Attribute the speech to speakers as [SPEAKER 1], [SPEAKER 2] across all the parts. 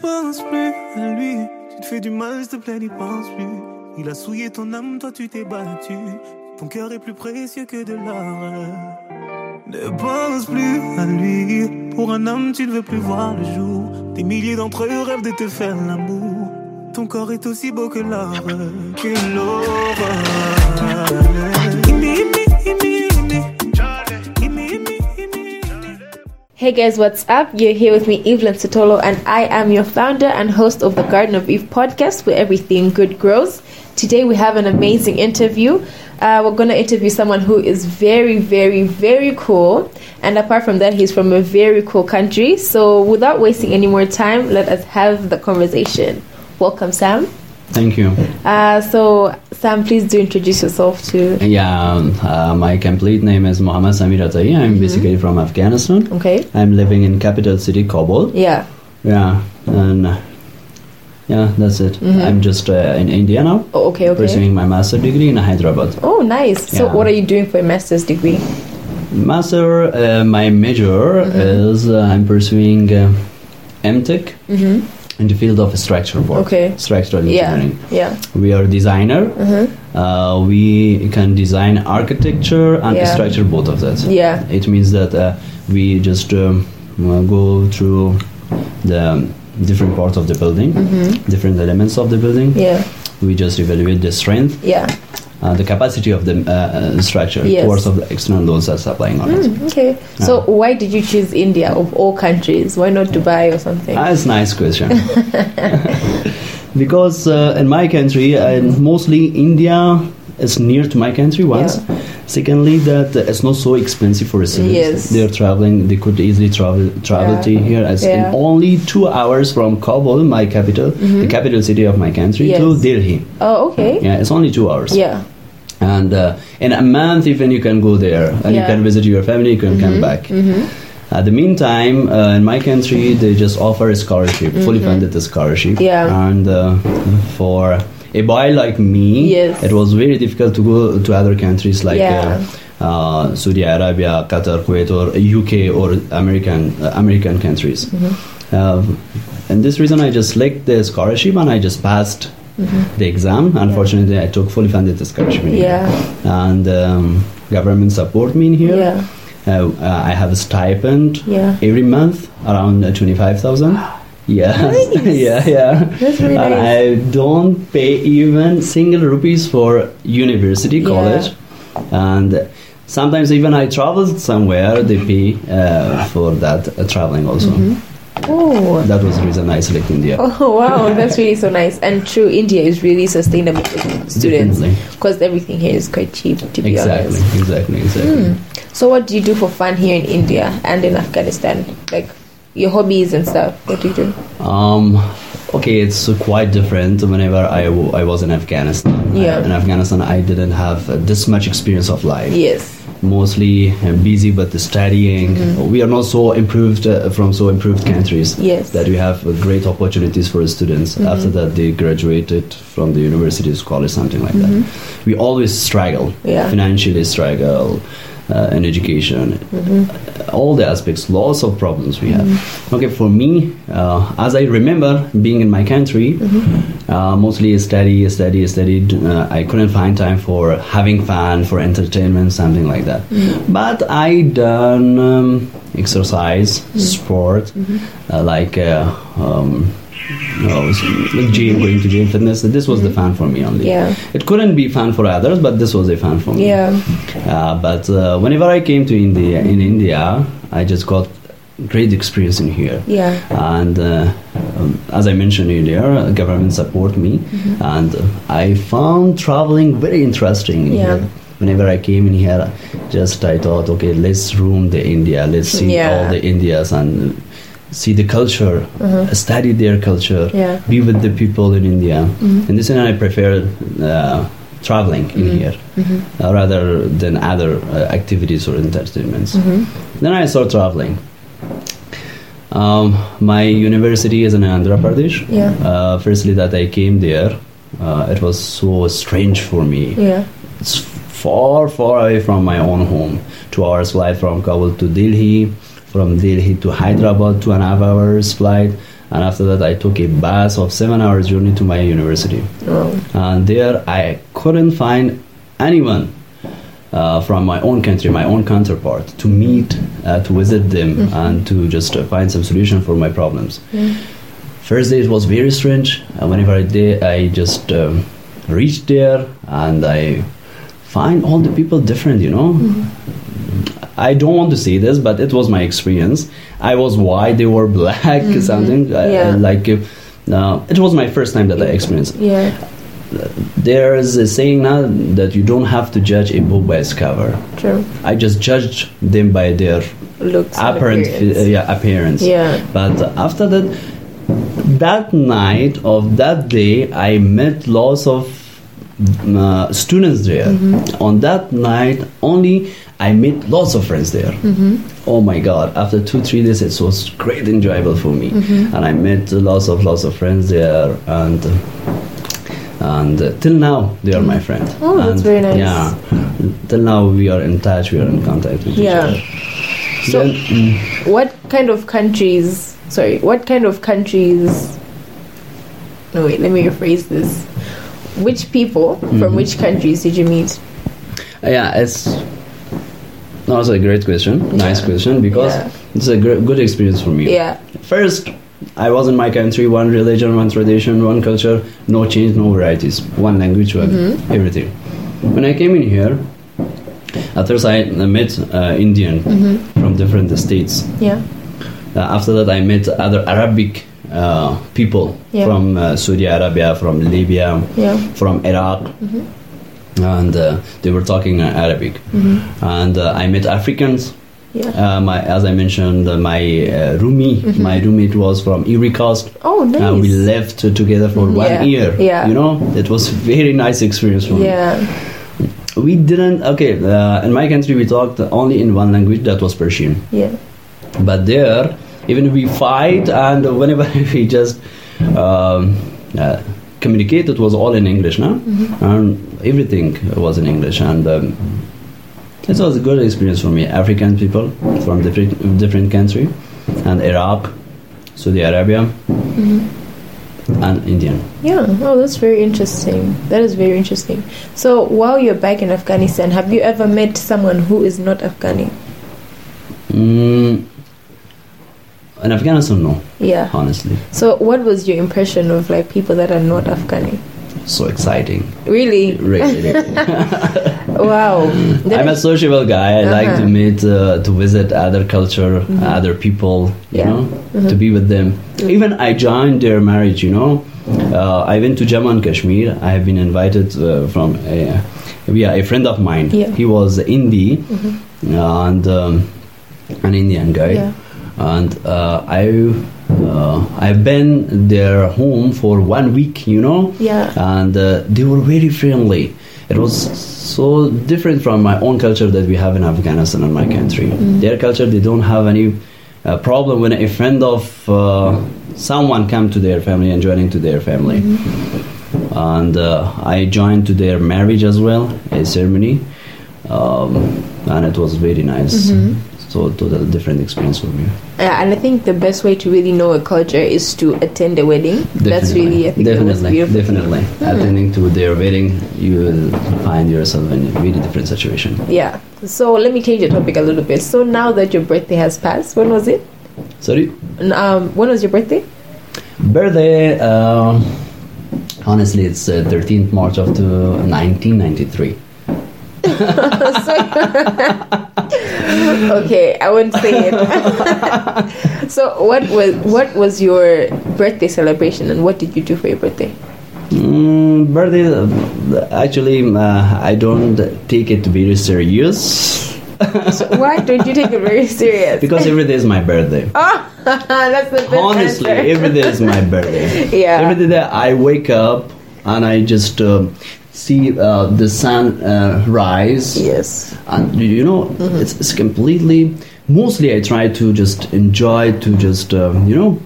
[SPEAKER 1] pense plus à lui. Tu te fais du mal, s'il te plaît, n'y pense plus. Il a souillé ton âme, toi tu t'es battu. Ton cœur est plus précieux que de l'or. Ne pense plus à lui. Pour un homme, tu ne veux plus voir le jour. Des milliers d'entre eux rêvent de te faire l'amour. Ton corps est aussi beau que l'or, que
[SPEAKER 2] Hey guys, what's up? You're here with me, Evelyn Sotolo, and I am your founder and host of the Garden of Eve podcast, where everything good grows. Today we have an amazing interview. Uh, we're going to interview someone who is very, very, very cool. And apart from that, he's from a very cool country. So without wasting any more time, let us have the conversation. Welcome, Sam.
[SPEAKER 3] Thank you.
[SPEAKER 2] Uh, so, Sam, please do introduce yourself to.
[SPEAKER 3] Yeah, uh, my complete name is Mohammad Samir Atai. I'm
[SPEAKER 2] Mm-hmm.
[SPEAKER 3] basically from Afghanistan.
[SPEAKER 2] Okay.
[SPEAKER 3] I'm living in capital city Kabul.
[SPEAKER 2] Yeah.
[SPEAKER 3] Yeah, and uh, yeah, that's it. I'm just uh, in India now,
[SPEAKER 2] Oh, Mm-hmm. okay, okay.
[SPEAKER 3] pursuing my master degree in Hyderabad.
[SPEAKER 2] Oh, nice. So,
[SPEAKER 3] Yeah.
[SPEAKER 2] what are you doing for a master's degree?
[SPEAKER 3] Master, uh, my major
[SPEAKER 2] Mm-hmm.
[SPEAKER 3] is uh, I'm pursuing uh, MTech in the field of structural work.
[SPEAKER 2] Mm-hmm. Okay.
[SPEAKER 3] Structural
[SPEAKER 2] Yeah. Mm-hmm.
[SPEAKER 3] engineering.
[SPEAKER 2] Yeah.
[SPEAKER 3] we are a designer uh, we can design architecture and
[SPEAKER 2] Yeah.
[SPEAKER 3] structure both of that
[SPEAKER 2] Yeah.
[SPEAKER 3] it means that uh, we just um, uh, go through the different parts of the building different elements of the building
[SPEAKER 2] Mm-hmm. Yeah.
[SPEAKER 3] we just evaluate the strength
[SPEAKER 2] Yeah.
[SPEAKER 3] uh, the capacity of the uh, uh, structure
[SPEAKER 2] Yes. Hmm.
[SPEAKER 3] towards of the external loads that's applying on us
[SPEAKER 2] Okay. So why did you choose India of all countries? Why not Dubai or something?
[SPEAKER 3] Ah, That's a nice question. because uh, in my country, uh, mostly India is near to my country. Once,
[SPEAKER 2] Yeah.
[SPEAKER 3] secondly, that it's not so expensive for residents.
[SPEAKER 2] Yes.
[SPEAKER 3] They're traveling; they could easily travel travel
[SPEAKER 2] Yeah.
[SPEAKER 3] to here. As
[SPEAKER 2] Yeah. Mm-hmm.
[SPEAKER 3] in only two hours from Kabul, my capital, the capital city of my country, to
[SPEAKER 2] Yes.
[SPEAKER 3] Delhi.
[SPEAKER 2] oh, okay.
[SPEAKER 3] Yeah, it's only two hours.
[SPEAKER 2] Yeah.
[SPEAKER 3] And uh, in a month, even you can go there and you
[SPEAKER 2] Yeah. Mm-hmm.
[SPEAKER 3] can visit your family, you can come back. At the meantime, uh, in my country, they just offer a scholarship, fully funded scholarship.
[SPEAKER 2] Mm-hmm. Yeah.
[SPEAKER 3] And uh, for a boy like me,
[SPEAKER 2] Yes.
[SPEAKER 3] it was very difficult to go to other countries like
[SPEAKER 2] Yeah.
[SPEAKER 3] uh, uh, Saudi Arabia, Qatar, Kuwait, or UK or American uh, American countries.
[SPEAKER 2] Mm-hmm.
[SPEAKER 3] Um, and this reason, I just liked the scholarship and I just passed the exam. Unfortunately, I took fully funded scholarship in
[SPEAKER 2] Mm-hmm. Yeah.
[SPEAKER 3] here. And um, government support me in here.
[SPEAKER 2] Yeah.
[SPEAKER 3] Uh, uh, I have a stipend
[SPEAKER 2] Yeah.
[SPEAKER 3] every month around uh, 25,000. Yeah.
[SPEAKER 2] Nice.
[SPEAKER 3] yeah, yeah.
[SPEAKER 2] That's really
[SPEAKER 3] and
[SPEAKER 2] nice.
[SPEAKER 3] I don't pay even single rupees for university
[SPEAKER 2] Yeah.
[SPEAKER 3] college. And sometimes even I travel somewhere, they pay uh, for that uh, traveling also.
[SPEAKER 2] Oh.
[SPEAKER 3] That was the reason I selected India.
[SPEAKER 2] Mm-hmm. Oh wow, that's really so nice. And true, India is really sustainable for students
[SPEAKER 3] Definitely.
[SPEAKER 2] because everything here is quite cheap, to be
[SPEAKER 3] Exactly,
[SPEAKER 2] honest.
[SPEAKER 3] exactly, exactly.
[SPEAKER 2] Hmm. So, what do you do for fun here in India and in Afghanistan? Like your hobbies and stuff. What do you do?
[SPEAKER 3] Um, okay, it's quite different. Whenever I, w- I was in Afghanistan,
[SPEAKER 2] Yeah.
[SPEAKER 3] in Afghanistan, I didn't have uh, this much experience of life.
[SPEAKER 2] Yes.
[SPEAKER 3] Mostly uh, busy with the studying. We are not so improved uh, from so improved countries
[SPEAKER 2] Mm-hmm. Yes. Mm-hmm.
[SPEAKER 3] that we have uh, great opportunities for students after that they graduated from the universities, college, something like that. We always struggle
[SPEAKER 2] Mm-hmm. Yeah.
[SPEAKER 3] financially, struggle uh, in education, all the aspects, lots of problems we have. Okay, for me, uh, as I remember being in my country, uh, mostly study, study, study. d- Uh, I couldn't find time for having fun, for entertainment, something like that. But I done um, exercise, sport, uh, like. Uh, um, no, it's like gym, going to gym, fitness. This was the fun for me only.
[SPEAKER 2] Yeah.
[SPEAKER 3] It couldn't be fun for others, but this was a fun for me.
[SPEAKER 2] Yeah.
[SPEAKER 3] Uh, but uh, whenever I came to India, in India, I just got great experience in here.
[SPEAKER 2] Yeah.
[SPEAKER 3] And uh, um, as I mentioned earlier, uh, government support me,
[SPEAKER 2] Mm-hmm.
[SPEAKER 3] and uh, I found traveling very interesting. In
[SPEAKER 2] Yeah.
[SPEAKER 3] Here. Whenever I came in here, just I thought, okay, let's roam the India, let's see
[SPEAKER 2] Yeah.
[SPEAKER 3] all the Indias and see the culture, study their culture,
[SPEAKER 2] Mm-hmm. Yeah.
[SPEAKER 3] be with the people in India.
[SPEAKER 2] Mm-hmm.
[SPEAKER 3] And this is why I prefer uh, traveling in here
[SPEAKER 2] Mm-hmm.
[SPEAKER 3] uh, rather than other uh, activities or entertainments.
[SPEAKER 2] Mm-hmm.
[SPEAKER 3] Then I start traveling. Um, my university is in Andhra Pradesh.
[SPEAKER 2] Yeah.
[SPEAKER 3] Uh, firstly, that I came there, uh, it was so strange for me.
[SPEAKER 2] Yeah.
[SPEAKER 3] It's far, far away from my own home. Two hours flight from Kabul to Delhi, from Delhi to Hyderabad, two and a half hours flight, and after that I took a bus of seven hours journey to my university.
[SPEAKER 2] Wow.
[SPEAKER 3] And there I couldn't find anyone uh, from my own country, my own counterpart, to meet, uh, to visit them, and to just uh, find some solution for my problems. First day it was very strange. Uh, whenever I did, I just um, reached there and I find all the people different. You know, I don't want to say this, but it was my experience. I was white, they were black, something I- I
[SPEAKER 2] Yeah.
[SPEAKER 3] like. Uh, no, it was my first time that I experienced.
[SPEAKER 2] Yeah.
[SPEAKER 3] There is a saying now that you don't have to judge a book by its cover.
[SPEAKER 2] True.
[SPEAKER 3] I just judged them by their
[SPEAKER 2] Looks. and
[SPEAKER 3] apparent appearance.
[SPEAKER 2] appearance.
[SPEAKER 3] yeah, appearance.
[SPEAKER 2] Yeah.
[SPEAKER 3] But after that, that night of that day, I met lots of uh, students there.
[SPEAKER 2] Mm-hmm.
[SPEAKER 3] On that night only, I made lots of friends there.
[SPEAKER 2] Mm-hmm.
[SPEAKER 3] Oh my God! After two three days, it was great enjoyable for me,
[SPEAKER 2] Mm-hmm.
[SPEAKER 3] and I met lots of lots of friends there and. And uh, till now, they are my friend.
[SPEAKER 2] Oh, that's
[SPEAKER 3] And,
[SPEAKER 2] very nice.
[SPEAKER 3] Yeah, till now we are in touch. We are in contact with
[SPEAKER 2] Yeah.
[SPEAKER 3] each other.
[SPEAKER 2] So-
[SPEAKER 3] Then- mm.
[SPEAKER 2] What kind of countries? Sorry, what kind of countries? No, wait. Let me rephrase this. Which people
[SPEAKER 3] Mm-hmm.
[SPEAKER 2] from which countries did you meet?
[SPEAKER 3] Yeah, it's also a great question. Nice
[SPEAKER 2] Yeah.
[SPEAKER 3] question because
[SPEAKER 2] Yeah.
[SPEAKER 3] it's a gr- good experience for me.
[SPEAKER 2] Yeah.
[SPEAKER 3] First, I was in my country, one religion, one tradition, one culture, no change, no varieties, one language, one
[SPEAKER 2] Mm-hmm.
[SPEAKER 3] everything. When I came in here, at first I met uh, Indian
[SPEAKER 2] Mm-hmm.
[SPEAKER 3] from different states.
[SPEAKER 2] Yeah.
[SPEAKER 3] Uh, after that, I met other Arabic uh, people
[SPEAKER 2] Yeah.
[SPEAKER 3] from uh, Saudi Arabia, from Libya,
[SPEAKER 2] Yeah.
[SPEAKER 3] from Iraq,
[SPEAKER 2] Mm-hmm.
[SPEAKER 3] and uh, they were talking in Arabic. And uh, I met Africans.
[SPEAKER 2] Mm-hmm. Yeah.
[SPEAKER 3] Uh, my, as I mentioned, uh, my uh, roomie, my roommate was from Erie Coast.
[SPEAKER 2] Oh, Mm-hmm. nice. Mm-hmm.
[SPEAKER 3] And uh, we left together for one
[SPEAKER 2] Yeah,
[SPEAKER 3] year.
[SPEAKER 2] yeah.
[SPEAKER 3] You know, it was very nice experience for me
[SPEAKER 2] Yeah.
[SPEAKER 3] we didn't okay uh, in my country we talked only in one language that was persian
[SPEAKER 2] Yeah.
[SPEAKER 3] but there even we fight and whenever we just um, uh, communicate it was all in english no
[SPEAKER 2] Mm-hmm,
[SPEAKER 3] and everything was in english and um, it was a good experience for me african people from different different country and iraq saudi arabia and indian
[SPEAKER 2] mm-hmm. Yeah. Oh, that's very interesting. That is very interesting. So, while you're back in Afghanistan, have you ever met someone who is not Afghani?
[SPEAKER 3] mm, in afghanistan no
[SPEAKER 2] Yeah.
[SPEAKER 3] honestly
[SPEAKER 2] So, what was your impression of like people that are not Afghani?
[SPEAKER 3] so exciting.
[SPEAKER 2] Really?
[SPEAKER 3] Really,
[SPEAKER 2] Wow. That
[SPEAKER 3] I'm a
[SPEAKER 2] is-
[SPEAKER 3] sociable guy. I like to
[SPEAKER 2] Uh-huh. Mm-hmm.
[SPEAKER 3] meet, uh, to visit other culture, other people. You
[SPEAKER 2] Yeah. Mm-hmm.
[SPEAKER 3] know, to be with them. Even I joined their marriage. You know, uh, I went to Jammu and Kashmir. I have been invited uh, from a, yeah a friend of mine.
[SPEAKER 2] Yeah. Mm-hmm.
[SPEAKER 3] He was indie and um, an Indian guy.
[SPEAKER 2] Yeah.
[SPEAKER 3] And uh, I, uh, I've been their home for one week, you know,
[SPEAKER 2] Yeah.
[SPEAKER 3] and uh, they were very friendly. It was so different from my own culture that we have in Afghanistan and my country. Their culture, they don't have any uh, problem when a friend of uh, someone come to their family and joining to their family. And uh, I joined to their marriage as well, a ceremony, um, and it was very nice. So total different experience for me.
[SPEAKER 2] Yeah, Uh, and I think the best way to really know a culture is to attend a wedding. That's really, I think, the most
[SPEAKER 3] definitely,
[SPEAKER 2] beautiful. Hmm.
[SPEAKER 3] definitely. Attending to their wedding, you will find yourself in a very different situation.
[SPEAKER 2] Yeah. So let me change the topic a little bit. So now that your birthday has passed, when was it?
[SPEAKER 3] Sorry,
[SPEAKER 2] N- Um, when was your birthday?
[SPEAKER 3] birthday. Uh, honestly, it's uh, 13th March of two- 1993.
[SPEAKER 2] Oh, Okay, I won't say it. so what was what was your birthday celebration and what did you do for your birthday?
[SPEAKER 3] Mm, birthday. uh, Actually, uh, I don't take it very serious
[SPEAKER 2] So why don't you take it very serious? Ah,
[SPEAKER 3] because every day is my birthday.
[SPEAKER 2] That's the best
[SPEAKER 3] honestly
[SPEAKER 2] answer.
[SPEAKER 3] every day is my birthday
[SPEAKER 2] Yeah.
[SPEAKER 3] every day that i wake up and i just uh, see uh, the sun uh, rise
[SPEAKER 2] Yes.
[SPEAKER 3] and you- you know
[SPEAKER 2] Mm-hmm.
[SPEAKER 3] it's, it's completely mostly i try to just enjoy to just uh, you know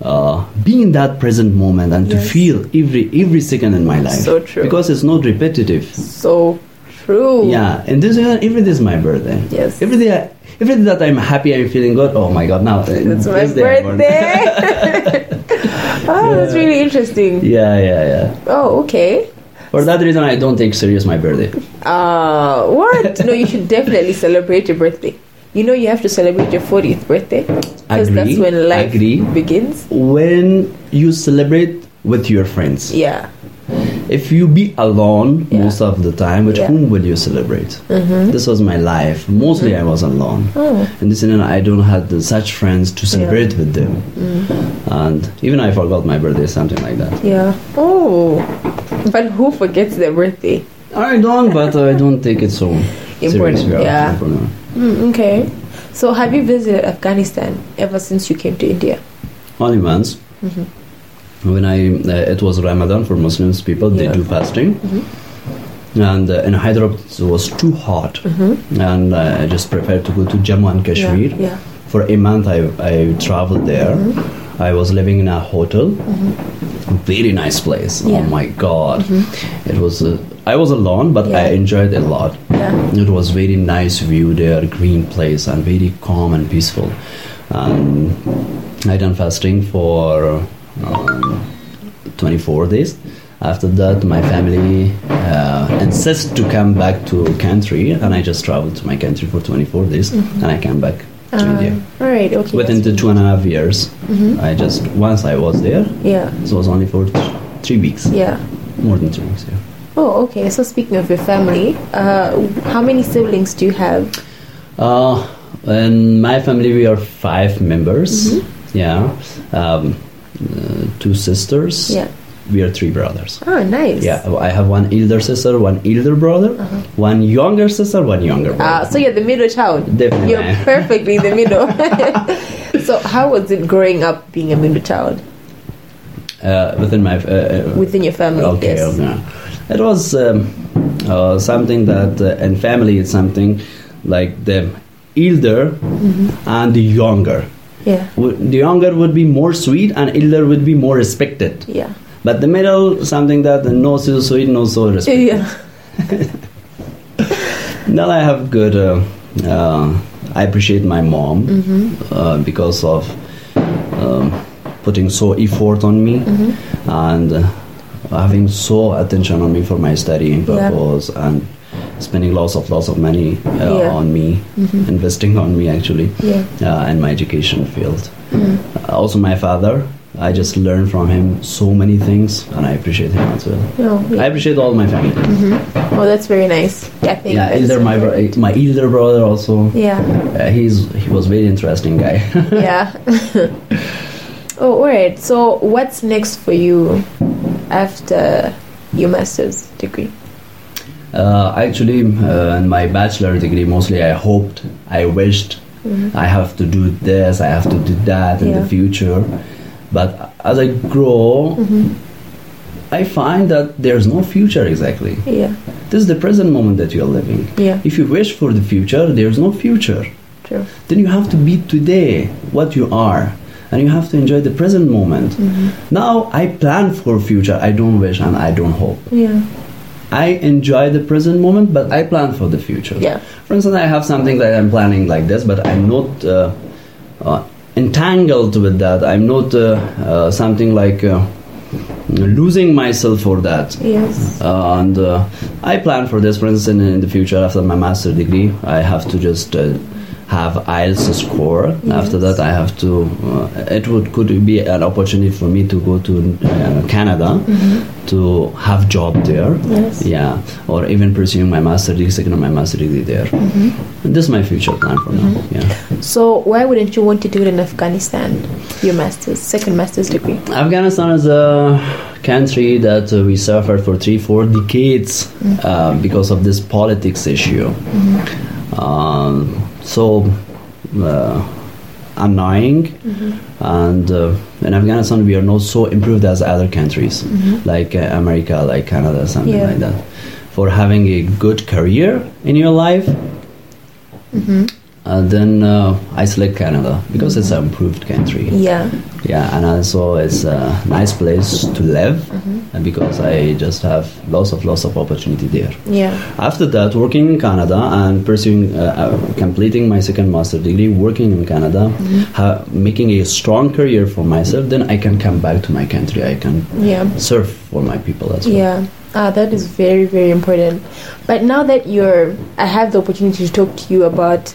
[SPEAKER 3] uh, be in that present moment and to
[SPEAKER 2] Yes.
[SPEAKER 3] feel every every second in my life
[SPEAKER 2] So true.
[SPEAKER 3] because it's not repetitive
[SPEAKER 2] So true.
[SPEAKER 3] yeah, and this uh, every day is my birthday.
[SPEAKER 2] Yes.
[SPEAKER 3] Every day, I- every day that I'm happy, I'm feeling good. Oh my God! Now uh,
[SPEAKER 2] It's my
[SPEAKER 3] this day I'm born.
[SPEAKER 2] birthday. Oh, that's really interesting.
[SPEAKER 3] yeah, yeah, yeah.
[SPEAKER 2] Oh, okay.
[SPEAKER 3] For that reason, I don't take serious my birthday.
[SPEAKER 2] Uh, what? No, you should definitely celebrate your birthday. You know, you have to celebrate your 40th birthday because that's
[SPEAKER 3] Agree,
[SPEAKER 2] when life
[SPEAKER 3] agree.
[SPEAKER 2] begins.
[SPEAKER 3] When you celebrate with your friends,
[SPEAKER 2] Yeah.
[SPEAKER 3] if you be alone
[SPEAKER 2] Yeah.
[SPEAKER 3] most of the time, with
[SPEAKER 2] Yeah. Mm-hmm.
[SPEAKER 3] whom will you celebrate? This was my life. Mostly, I was alone,
[SPEAKER 2] Oh,
[SPEAKER 3] and this and I don't have the, such friends to celebrate with them.
[SPEAKER 2] Mm-hmm.
[SPEAKER 3] And even I forgot my birthday, something like that.
[SPEAKER 2] Yeah. Oh. But who forgets their birthday?
[SPEAKER 3] I don't, but I don't take it so
[SPEAKER 2] Important,
[SPEAKER 3] seriously.
[SPEAKER 2] yeah.
[SPEAKER 3] important.
[SPEAKER 2] Mm, okay. So, have you visited Afghanistan ever since you came to India?
[SPEAKER 3] Only once. When I uh, it was Ramadan for Muslims people, they
[SPEAKER 2] Mm-hmm. Yeah. Mm-hmm.
[SPEAKER 3] do fasting. And uh, in Hyderabad it was too hot, and uh, I just prepared to go to Jammu and Kashmir.
[SPEAKER 2] Yeah. yeah.
[SPEAKER 3] For a month, I, I traveled there.
[SPEAKER 2] Mm-hmm.
[SPEAKER 3] I was living in a hotel, very nice place. Oh
[SPEAKER 2] Yeah. Mm-hmm.
[SPEAKER 3] my god, it was. Uh, I was alone, but I
[SPEAKER 2] Yeah.
[SPEAKER 3] enjoyed a lot.
[SPEAKER 2] Yeah.
[SPEAKER 3] It was very nice view there, green place, and very calm and peaceful. Um, I done fasting for um, 24 days. After that, my family uh, insists to come back to country, and I just traveled to my country for 24 days,
[SPEAKER 2] Mm-hmm.
[SPEAKER 3] and I came back to India.
[SPEAKER 2] Um, all right. Okay.
[SPEAKER 3] Within the two and a half years,
[SPEAKER 2] Mm-hmm.
[SPEAKER 3] I just once I was there,
[SPEAKER 2] Yeah.
[SPEAKER 3] it was only for th- three weeks,
[SPEAKER 2] Yeah.
[SPEAKER 3] more than three weeks. Yeah.
[SPEAKER 2] Oh, okay. So, speaking of your family, uh, how many siblings do you have?
[SPEAKER 3] Uh, in my family, we are five members.
[SPEAKER 2] Mm-hmm.
[SPEAKER 3] Yeah, um, uh, two sisters.
[SPEAKER 2] Yeah.
[SPEAKER 3] we are three brothers.
[SPEAKER 2] Oh, nice.
[SPEAKER 3] Yeah, I have one elder sister, one elder brother, one younger sister, one younger
[SPEAKER 2] Uh-huh. Ah,
[SPEAKER 3] brother.
[SPEAKER 2] so you're the middle child.
[SPEAKER 3] Definitely.
[SPEAKER 2] You're perfectly in the middle. so how was it growing up being a middle child
[SPEAKER 3] Uh, within my uh, uh,
[SPEAKER 2] within your family?
[SPEAKER 3] okay,
[SPEAKER 2] yes.
[SPEAKER 3] okay. it was um, uh, something that uh, in family it's something like the elder and the younger.
[SPEAKER 2] Yeah.
[SPEAKER 3] W- The younger would be more sweet, and elder would be more respected.
[SPEAKER 2] Yeah.
[SPEAKER 3] But the middle, something that no so sweet, no so respect.
[SPEAKER 2] Yeah.
[SPEAKER 3] Now I have good. Uh, uh, I appreciate my mom
[SPEAKER 2] Mm-hmm.
[SPEAKER 3] uh, because of um, putting so effort on me
[SPEAKER 2] Mm-hmm.
[SPEAKER 3] and uh, having so attention on me for my studying
[SPEAKER 2] Yeah.
[SPEAKER 3] purpose and spending lots of lots of money uh,
[SPEAKER 2] Yeah. Mm-hmm.
[SPEAKER 3] on me, investing on me actually
[SPEAKER 2] Yeah. Mm.
[SPEAKER 3] uh, in my education field. Uh, also, my father. I just learned from him so many things, and I appreciate him as well.
[SPEAKER 2] No.
[SPEAKER 3] I appreciate all my family.
[SPEAKER 2] Oh, that's very nice. Yeah. I think
[SPEAKER 3] Yeah,
[SPEAKER 2] that's-
[SPEAKER 3] elder my bro- my elder brother also.
[SPEAKER 2] Yeah.
[SPEAKER 3] Uh, he's he was very interesting guy.
[SPEAKER 2] Yeah. oh, alright. So what's next for you after your master's degree?
[SPEAKER 3] uh, actually, uh, in my bachelor degree, mostly I hoped, I wished,
[SPEAKER 2] Mm-hmm.
[SPEAKER 3] I have to do this, I have to do that in the
[SPEAKER 2] Yeah.
[SPEAKER 3] future. But as I grow, I find that there's no future exactly.
[SPEAKER 2] Yeah.
[SPEAKER 3] This is the present moment that you are living.
[SPEAKER 2] Yeah.
[SPEAKER 3] If you wish for the future, there's no future.
[SPEAKER 2] True.
[SPEAKER 3] then you have to be today what you are and you have to enjoy the present moment
[SPEAKER 2] Mm-hmm.
[SPEAKER 3] now i plan for future i don't wish and i don't hope
[SPEAKER 2] Yeah.
[SPEAKER 3] i enjoy the present moment but i plan for the future
[SPEAKER 2] Yeah.
[SPEAKER 3] for instance i have something that i'm planning like this but i'm not uh, uh, entangled with that i'm not uh, uh, something like uh, losing myself for that
[SPEAKER 2] Yes.
[SPEAKER 3] uh, and uh, I plan for this, for instance, in, in the future after my master degree, I have to just uh, have E IELTS score. After that, I have to. Uh, it would could be an opportunity for me to go to uh, Canada to have job there.
[SPEAKER 2] Yes.
[SPEAKER 3] Yeah, or even pursuing my master degree, second my master degree there. This is my future plan for now. Yeah.
[SPEAKER 2] So why wouldn't you want to do it in Afghanistan? Your master's, second master's degree.
[SPEAKER 3] Afghanistan is a country that uh, we suffered for three, four decades uh, because of this politics issue. Um, so uh, annoying, and uh, in Afghanistan we are not so improved as other countries like uh, America, like Canada, something
[SPEAKER 2] Yeah.
[SPEAKER 3] like that. For having a good career in your life, uh, then uh, I select Canada because it's an improved country.
[SPEAKER 2] Yeah.
[SPEAKER 3] Yeah, and also it's a nice place to live uh, because I just have lots of lots of opportunity there.
[SPEAKER 2] Yeah.
[SPEAKER 3] After that, working in Canada and pursuing, uh, uh, completing my second master degree, working in Canada, ha- making a strong career for myself, then I can come back to my country. I can
[SPEAKER 2] Yeah.
[SPEAKER 3] serve for my people as well.
[SPEAKER 2] Yeah. Ah, that is very, very important. But now that you're, I have the opportunity to talk to you about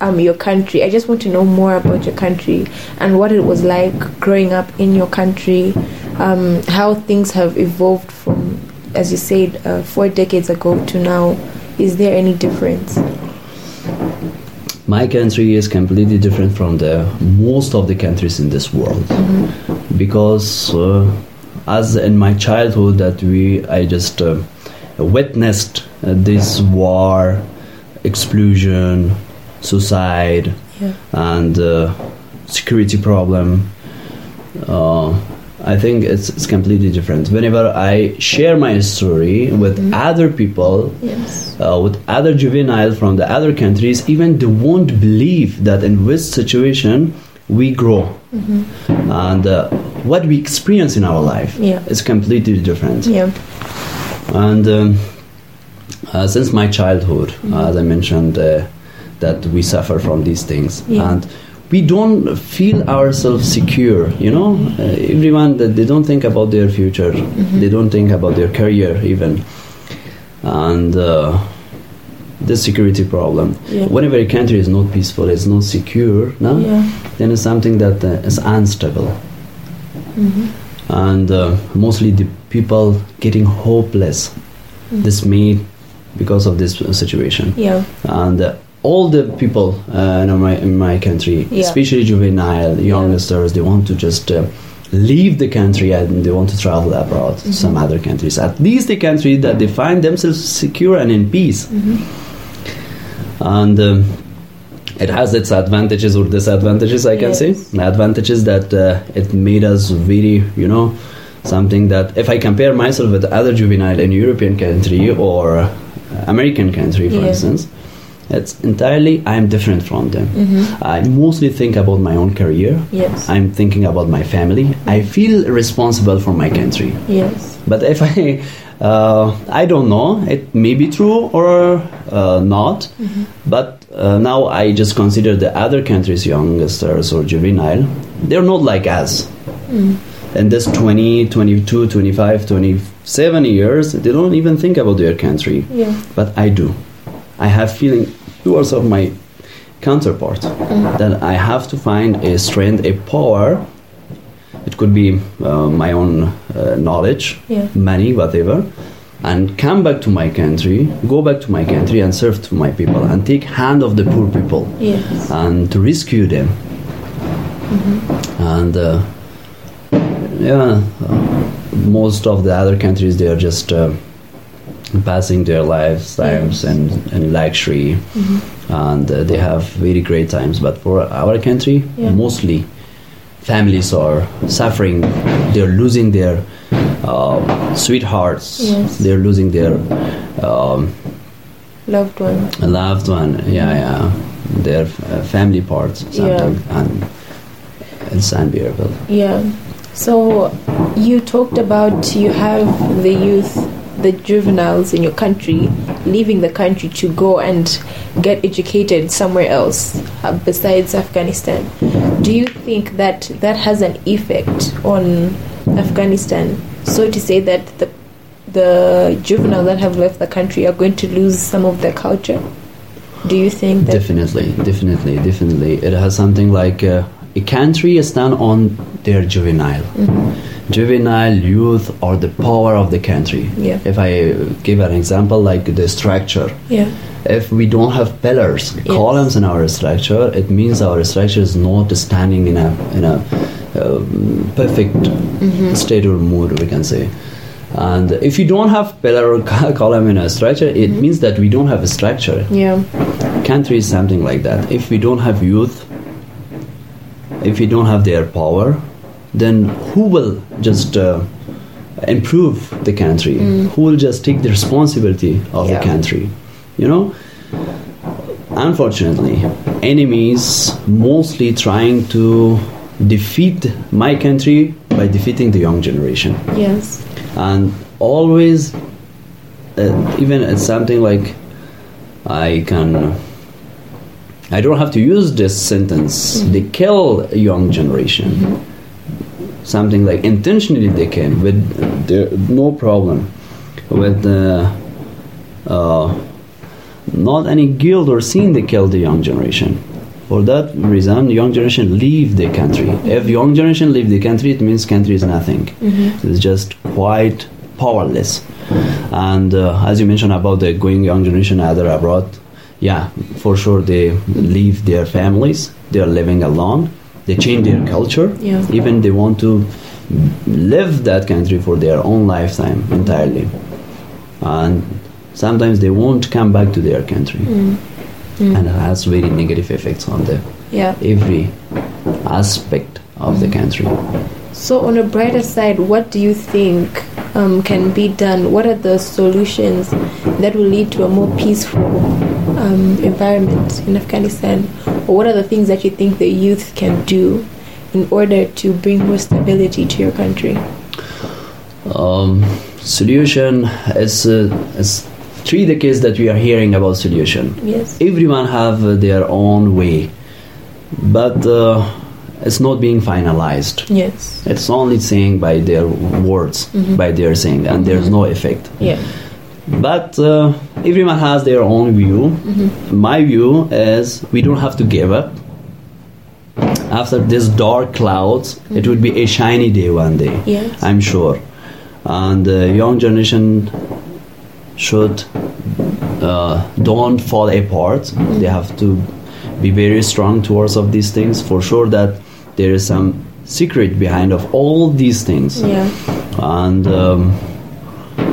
[SPEAKER 2] um, your country. I just want to know more about your country and what it was like growing up in your country, um, how things have evolved from, as you said, uh, four decades ago to now. Is there any difference?
[SPEAKER 3] My country is completely different from the most of the countries in this world because, uh, as in my childhood, that we I just uh, witnessed uh, this war, explosion, suicide,
[SPEAKER 2] Yeah.
[SPEAKER 3] and uh, security problem. Uh, I think it's, it's completely different. Whenever I share my story with other people,
[SPEAKER 2] Yes.
[SPEAKER 3] uh, with other juveniles from the other countries, even they won't believe that in which situation we grow and uh, what we experience in our life
[SPEAKER 2] Yeah.
[SPEAKER 3] is completely different.
[SPEAKER 2] Yeah.
[SPEAKER 3] And um, uh, since my childhood,
[SPEAKER 2] Mm-hmm.
[SPEAKER 3] as I mentioned, uh, that we suffer from these things,
[SPEAKER 2] Yeah.
[SPEAKER 3] and we don't feel ourselves secure. You know,
[SPEAKER 2] Mm-hmm.
[SPEAKER 3] uh, everyone that they don't think about their future, they don't think about their career even, and uh, the security problem.
[SPEAKER 2] Yeah.
[SPEAKER 3] Whenever a country is not peaceful, it's not secure. No,
[SPEAKER 2] Yeah.
[SPEAKER 3] then it's something that uh, is unstable.
[SPEAKER 2] Mm-hmm.
[SPEAKER 3] And uh, mostly the people getting hopeless, dismayed because of this uh, situation.
[SPEAKER 2] Yeah.
[SPEAKER 3] And uh, all the people uh, in, my, in my country,
[SPEAKER 2] Yeah.
[SPEAKER 3] especially juvenile, youngsters, they want to just uh, leave the country and they want to travel abroad to some other countries. At least the country that they find themselves secure and in peace.
[SPEAKER 2] Mm-hmm.
[SPEAKER 3] And um, it has its advantages or disadvantages i can
[SPEAKER 2] Yes.
[SPEAKER 3] say The advantages that uh, it made us very you know something that if i compare myself with other juvenile in european country or uh, american country for
[SPEAKER 2] Yeah.
[SPEAKER 3] instance it's entirely i'm different from them
[SPEAKER 2] Mm-hmm.
[SPEAKER 3] i mostly think about my own career
[SPEAKER 2] Yes.
[SPEAKER 3] i'm thinking about my family i feel responsible for my country
[SPEAKER 2] Yes.
[SPEAKER 3] but if I, uh, I don't know, it may be true or uh, not. But uh, now I just consider the other countries' youngsters or juvenile, they're not like us. In this 20, 22, 25, 27 years, they don't even think about their country.
[SPEAKER 2] Yeah.
[SPEAKER 3] But I do. I have feeling towards of my counterpart that I have to find a strength, a power. It could be uh, my own uh, knowledge,
[SPEAKER 2] Yeah.
[SPEAKER 3] money, whatever, and come back to my country, go back to my country and serve to my people and take hand of the poor people
[SPEAKER 2] Yes.
[SPEAKER 3] and to rescue them.
[SPEAKER 2] Mm-hmm.
[SPEAKER 3] And uh, yeah, uh, most of the other countries they are just uh, passing their lives times and in luxury,
[SPEAKER 2] Mm-hmm.
[SPEAKER 3] and uh, they have very great times. But for our country,
[SPEAKER 2] Yeah.
[SPEAKER 3] mostly families are suffering. They're losing their uh, sweethearts.
[SPEAKER 2] Yes.
[SPEAKER 3] They're losing their. Um,
[SPEAKER 2] Loved ones.
[SPEAKER 3] a loved one yeah yeah their uh, family parts something and it's unbearable
[SPEAKER 2] Yeah. So you talked about you have the youth, the juveniles in your country leaving the country to go and get educated somewhere else uh, besides Afghanistan. Do you think that that has an effect on Afghanistan? So to say that the the juvenile that have left the country are going to lose some of their culture. Do you think that?
[SPEAKER 3] definitely definitely definitely it has something like uh, a country is done on their juvenile juvenile youth are the power of the country
[SPEAKER 2] Yeah.
[SPEAKER 3] if i give an example like the structure
[SPEAKER 2] Yeah.
[SPEAKER 3] if we don't have pillars columns in our structure it means our structure is not standing in a in a um, perfect state or mood we can say and if you don't have pillar or co- column in a structure it means that we don't have a structure
[SPEAKER 2] Yeah.
[SPEAKER 3] country is something like that if we don't have youth if we don't have their power then who will just uh, improve the country who will just take the responsibility of
[SPEAKER 2] Yeah.
[SPEAKER 3] the country you know unfortunately enemies mostly trying to defeat my country by defeating the young generation
[SPEAKER 2] Yes.
[SPEAKER 3] and always uh, even it's something like i can i don't have to use this sentence they kill a young generation something like intentionally they can with there, no problem with uh, uh, not any guilt or sin they kill the young generation for that reason young generation leave the country if young generation leave the country it means country is nothing it's just quite powerless and uh, as you mentioned about the going young generation either abroad yeah for sure they leave their families they are living alone they change their culture
[SPEAKER 2] Yeah.
[SPEAKER 3] even they want to live that country for their own lifetime entirely and sometimes they won't come back to their country and it has very negative effects on the
[SPEAKER 2] Yeah.
[SPEAKER 3] every aspect of the country
[SPEAKER 2] So, on a brighter side, what do you think um, can be done? What are the solutions that will lead to a more peaceful um, environment in Afghanistan? Or what are the things that you think the youth can do in order to bring more stability to your country?
[SPEAKER 3] um, solution is, uh, is three decades that we are hearing about solution
[SPEAKER 2] Yes.
[SPEAKER 3] everyone have uh, their own way but uh, it's not being finalized
[SPEAKER 2] Yes.
[SPEAKER 3] it's only saying by their words by their saying and there's no effect
[SPEAKER 2] Yeah.
[SPEAKER 3] but uh, everyone has their own view my view is we don't have to give up after this dark clouds it would be a shiny day one day
[SPEAKER 2] Yes.
[SPEAKER 3] i'm sure and the young generation should uh, don't fall apart they have to be very strong towards of these things for sure that there is some secret behind of all these things
[SPEAKER 2] Yeah.
[SPEAKER 3] and um,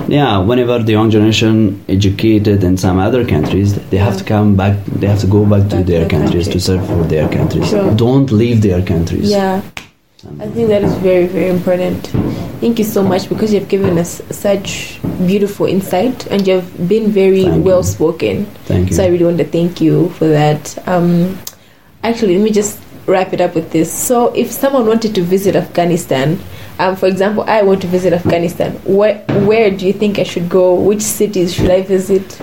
[SPEAKER 3] yeah whenever the young generation educated in some other countries they have to come back they have to go back, to
[SPEAKER 2] Back to
[SPEAKER 3] their
[SPEAKER 2] their
[SPEAKER 3] countries to
[SPEAKER 2] countries.
[SPEAKER 3] serve for their countries
[SPEAKER 2] Sure.
[SPEAKER 3] don't leave their countries
[SPEAKER 2] Yeah. I think that is very, very important. Thank you so much because you've given us such beautiful insight and you've been very
[SPEAKER 3] Thank you.
[SPEAKER 2] well spoken.
[SPEAKER 3] thank you
[SPEAKER 2] So I really want to thank you for that. Um, actually, let me just wrap it up with this. So, if someone wanted to visit Afghanistan, um, for example, I want to visit Afghanistan. Where where do you think I should go? Which cities should I visit?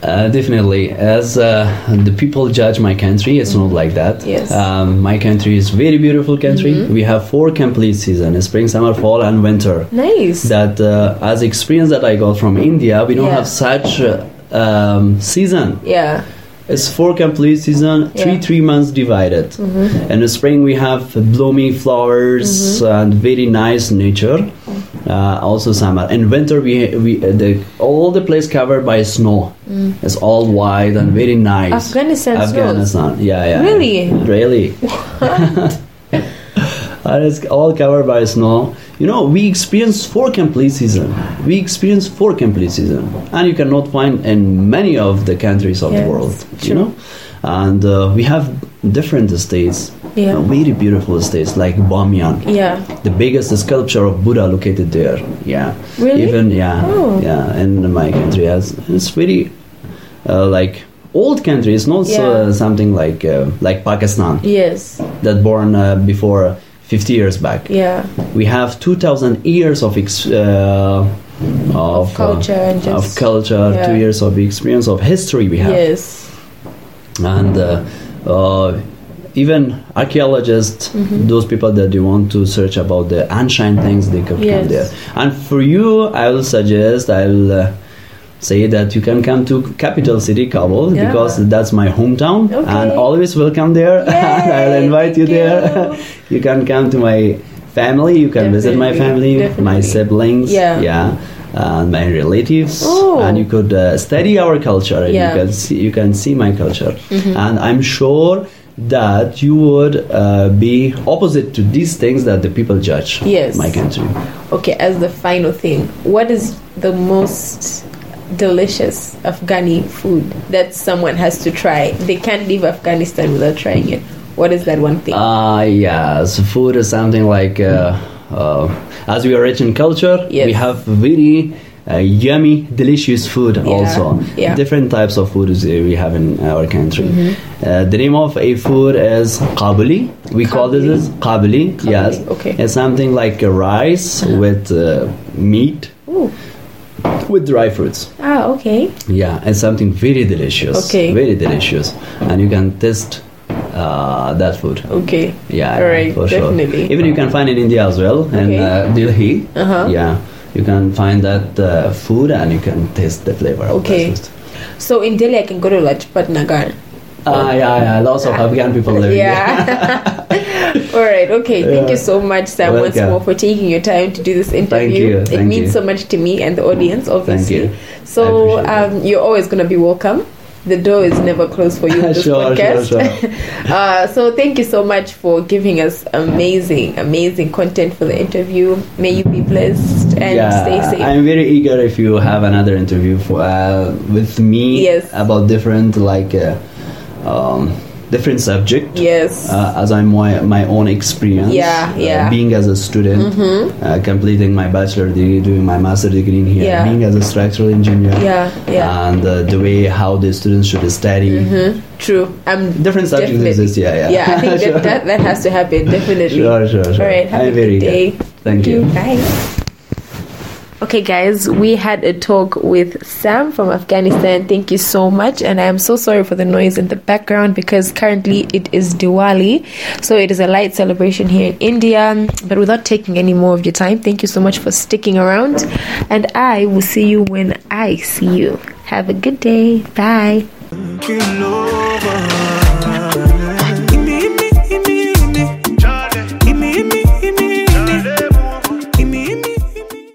[SPEAKER 3] Uh, definitely. As uh, the people judge my country, it's not like that.
[SPEAKER 2] Yes. Mm-hmm.
[SPEAKER 3] Um, my country is very beautiful country. We have four complete seasons: spring, summer, fall, and winter.
[SPEAKER 2] Nice.
[SPEAKER 3] That uh, as experience that I got from India, we don't
[SPEAKER 2] Yeah.
[SPEAKER 3] have such uh, um, season.
[SPEAKER 2] yeah.
[SPEAKER 3] It's four complete season, three
[SPEAKER 2] Yeah.
[SPEAKER 3] three months divided. In the spring, we have blooming flowers and very nice nature. Uh, also summer. In winter, we we the all the place covered by snow. It's all white and very nice.
[SPEAKER 2] Afghanistan snows.
[SPEAKER 3] Afghanistan. Yeah, yeah.
[SPEAKER 2] Really?
[SPEAKER 3] Really. and it's all covered by snow. You know, we experience four complete season. We experience four complete season, and you cannot find in many of the countries of the
[SPEAKER 2] Yes,
[SPEAKER 3] world. You
[SPEAKER 2] true.
[SPEAKER 3] know, and uh, we have different states.
[SPEAKER 2] Yeah.
[SPEAKER 3] uh, very beautiful states like Bamyan
[SPEAKER 2] Yeah.
[SPEAKER 3] the biggest sculpture of Buddha located there. Yeah.
[SPEAKER 2] Really?
[SPEAKER 3] Even yeah,
[SPEAKER 2] Oh.
[SPEAKER 3] yeah. In my country, yes. it's very uh, like old country. It's not
[SPEAKER 2] Yeah.
[SPEAKER 3] uh, something like uh, like Pakistan
[SPEAKER 2] Yes.
[SPEAKER 3] that born uh, before 50 years back.
[SPEAKER 2] Yeah.
[SPEAKER 3] We have 2,000 years of ex- uh, of, uh,
[SPEAKER 2] culture and
[SPEAKER 3] of
[SPEAKER 2] just-
[SPEAKER 3] culture,
[SPEAKER 2] yeah.
[SPEAKER 3] two years of experience of history. We have
[SPEAKER 2] Yes.
[SPEAKER 3] and uh, uh, even archaeologists,
[SPEAKER 2] Mm-hmm.
[SPEAKER 3] those people that you want to search about the ancient things, they could
[SPEAKER 2] Yes.
[SPEAKER 3] come there. And for you, I will suggest, I will uh, say that you can come to capital city Kabul
[SPEAKER 2] Yeah.
[SPEAKER 3] because that's my hometown, and
[SPEAKER 2] Okay.
[SPEAKER 3] always welcome there. and I'll
[SPEAKER 2] Yay,
[SPEAKER 3] invite you
[SPEAKER 2] thank
[SPEAKER 3] there. you can come to my family. You can visit my
[SPEAKER 2] Definitely,
[SPEAKER 3] family, my
[SPEAKER 2] definitely.
[SPEAKER 3] siblings.
[SPEAKER 2] Yeah.
[SPEAKER 3] And my relatives,
[SPEAKER 2] Oh.
[SPEAKER 3] and you could uh, study our culture, and
[SPEAKER 2] Yeah. Mm-hmm.
[SPEAKER 3] you can see, you can see my culture and i'm sure that you would uh, be opposite to these things that the people judge
[SPEAKER 2] Yes.
[SPEAKER 3] my country
[SPEAKER 2] Okay, as the final thing, what is the most delicious Afghani food that someone has to try? They can't leave Afghanistan without trying it. What is that one thing?
[SPEAKER 3] ah yeah so food is something like uh, uh, as we are rich in culture
[SPEAKER 2] Yes.
[SPEAKER 3] we have very uh, yummy, delicious food also.
[SPEAKER 2] yeah. Mm-hmm.
[SPEAKER 3] Different types of foods uh, we have in our country. Uh, the name of a food is qabli. We call this
[SPEAKER 2] Qabli.
[SPEAKER 3] is qabli. Yes.
[SPEAKER 2] okay. Uh-huh.
[SPEAKER 3] It's something like a rice with uh, meat
[SPEAKER 2] Ooh.
[SPEAKER 3] with dry fruits.
[SPEAKER 2] Ah, okay.
[SPEAKER 3] Yeah, it's something very delicious.
[SPEAKER 2] Okay.
[SPEAKER 3] Very delicious, and you can taste uh, that food.
[SPEAKER 2] Okay.
[SPEAKER 3] Yeah,
[SPEAKER 2] All right,
[SPEAKER 3] for sure.
[SPEAKER 2] definitely.
[SPEAKER 3] Even you can find in India as well, and
[SPEAKER 2] Okay.
[SPEAKER 3] uh, Delhi.
[SPEAKER 2] Uh-huh.
[SPEAKER 3] Yeah, you can find that uh, food and you can taste the flavor. of that
[SPEAKER 2] Okay.
[SPEAKER 3] food.
[SPEAKER 2] So in Delhi, I can go to Lajpat Nagar.
[SPEAKER 3] Ah, yeah, yeah. Lots of Afghan people living there.
[SPEAKER 2] Yeah. All right. Okay. Thank
[SPEAKER 3] Yeah.
[SPEAKER 2] you so much, Sam, once
[SPEAKER 3] Welcome.
[SPEAKER 2] more for taking your time to do this
[SPEAKER 3] you,
[SPEAKER 2] interview. it
[SPEAKER 3] thank
[SPEAKER 2] means
[SPEAKER 3] you.
[SPEAKER 2] so much to me and the audience, obviously.
[SPEAKER 3] you.
[SPEAKER 2] So
[SPEAKER 3] I appreciate
[SPEAKER 2] um, you're always going to be welcome. The door is never closed for you in this
[SPEAKER 3] Sure, sure,
[SPEAKER 2] podcast.
[SPEAKER 3] sure.
[SPEAKER 2] uh, so thank you so much for giving us amazing, amazing content for the interview. May you be blessed and stay safe.
[SPEAKER 3] I'm very eager if you have another interview for uh, with me
[SPEAKER 2] Yes.
[SPEAKER 3] about different like uh, um, different subject.
[SPEAKER 2] yes.
[SPEAKER 3] uh, as I'm my, my own experience.
[SPEAKER 2] Yeah,
[SPEAKER 3] uh,
[SPEAKER 2] yeah. Mm-hmm.
[SPEAKER 3] being as a student, uh, completing my bachelor degree, doing my master degree in here,
[SPEAKER 2] Yeah.
[SPEAKER 3] being as a structural engineer.
[SPEAKER 2] yeah. Yeah. Mm-hmm.
[SPEAKER 3] And uh, the way how the students should study.
[SPEAKER 2] True. I'm
[SPEAKER 3] Different subjects
[SPEAKER 2] Definitely.
[SPEAKER 3] exist, yeah, yeah.
[SPEAKER 2] yeah, I think
[SPEAKER 3] Sure.
[SPEAKER 2] that, that that has to happen definitely.
[SPEAKER 3] Sure, sure, sure.
[SPEAKER 2] All right, have
[SPEAKER 3] I'm
[SPEAKER 2] a
[SPEAKER 3] very
[SPEAKER 2] good day.
[SPEAKER 3] eager. Thank you.
[SPEAKER 2] Bye. Okay, guys, we had a talk with Sam from Afghanistan. Thank you so much, and I am so sorry for the noise in the background because currently it is Diwali, so it is a light celebration here in India. But without taking any more of your time, thank you so much for sticking around, and I will see you when I see you. Have a good day. Bye.
[SPEAKER 1] Kill over.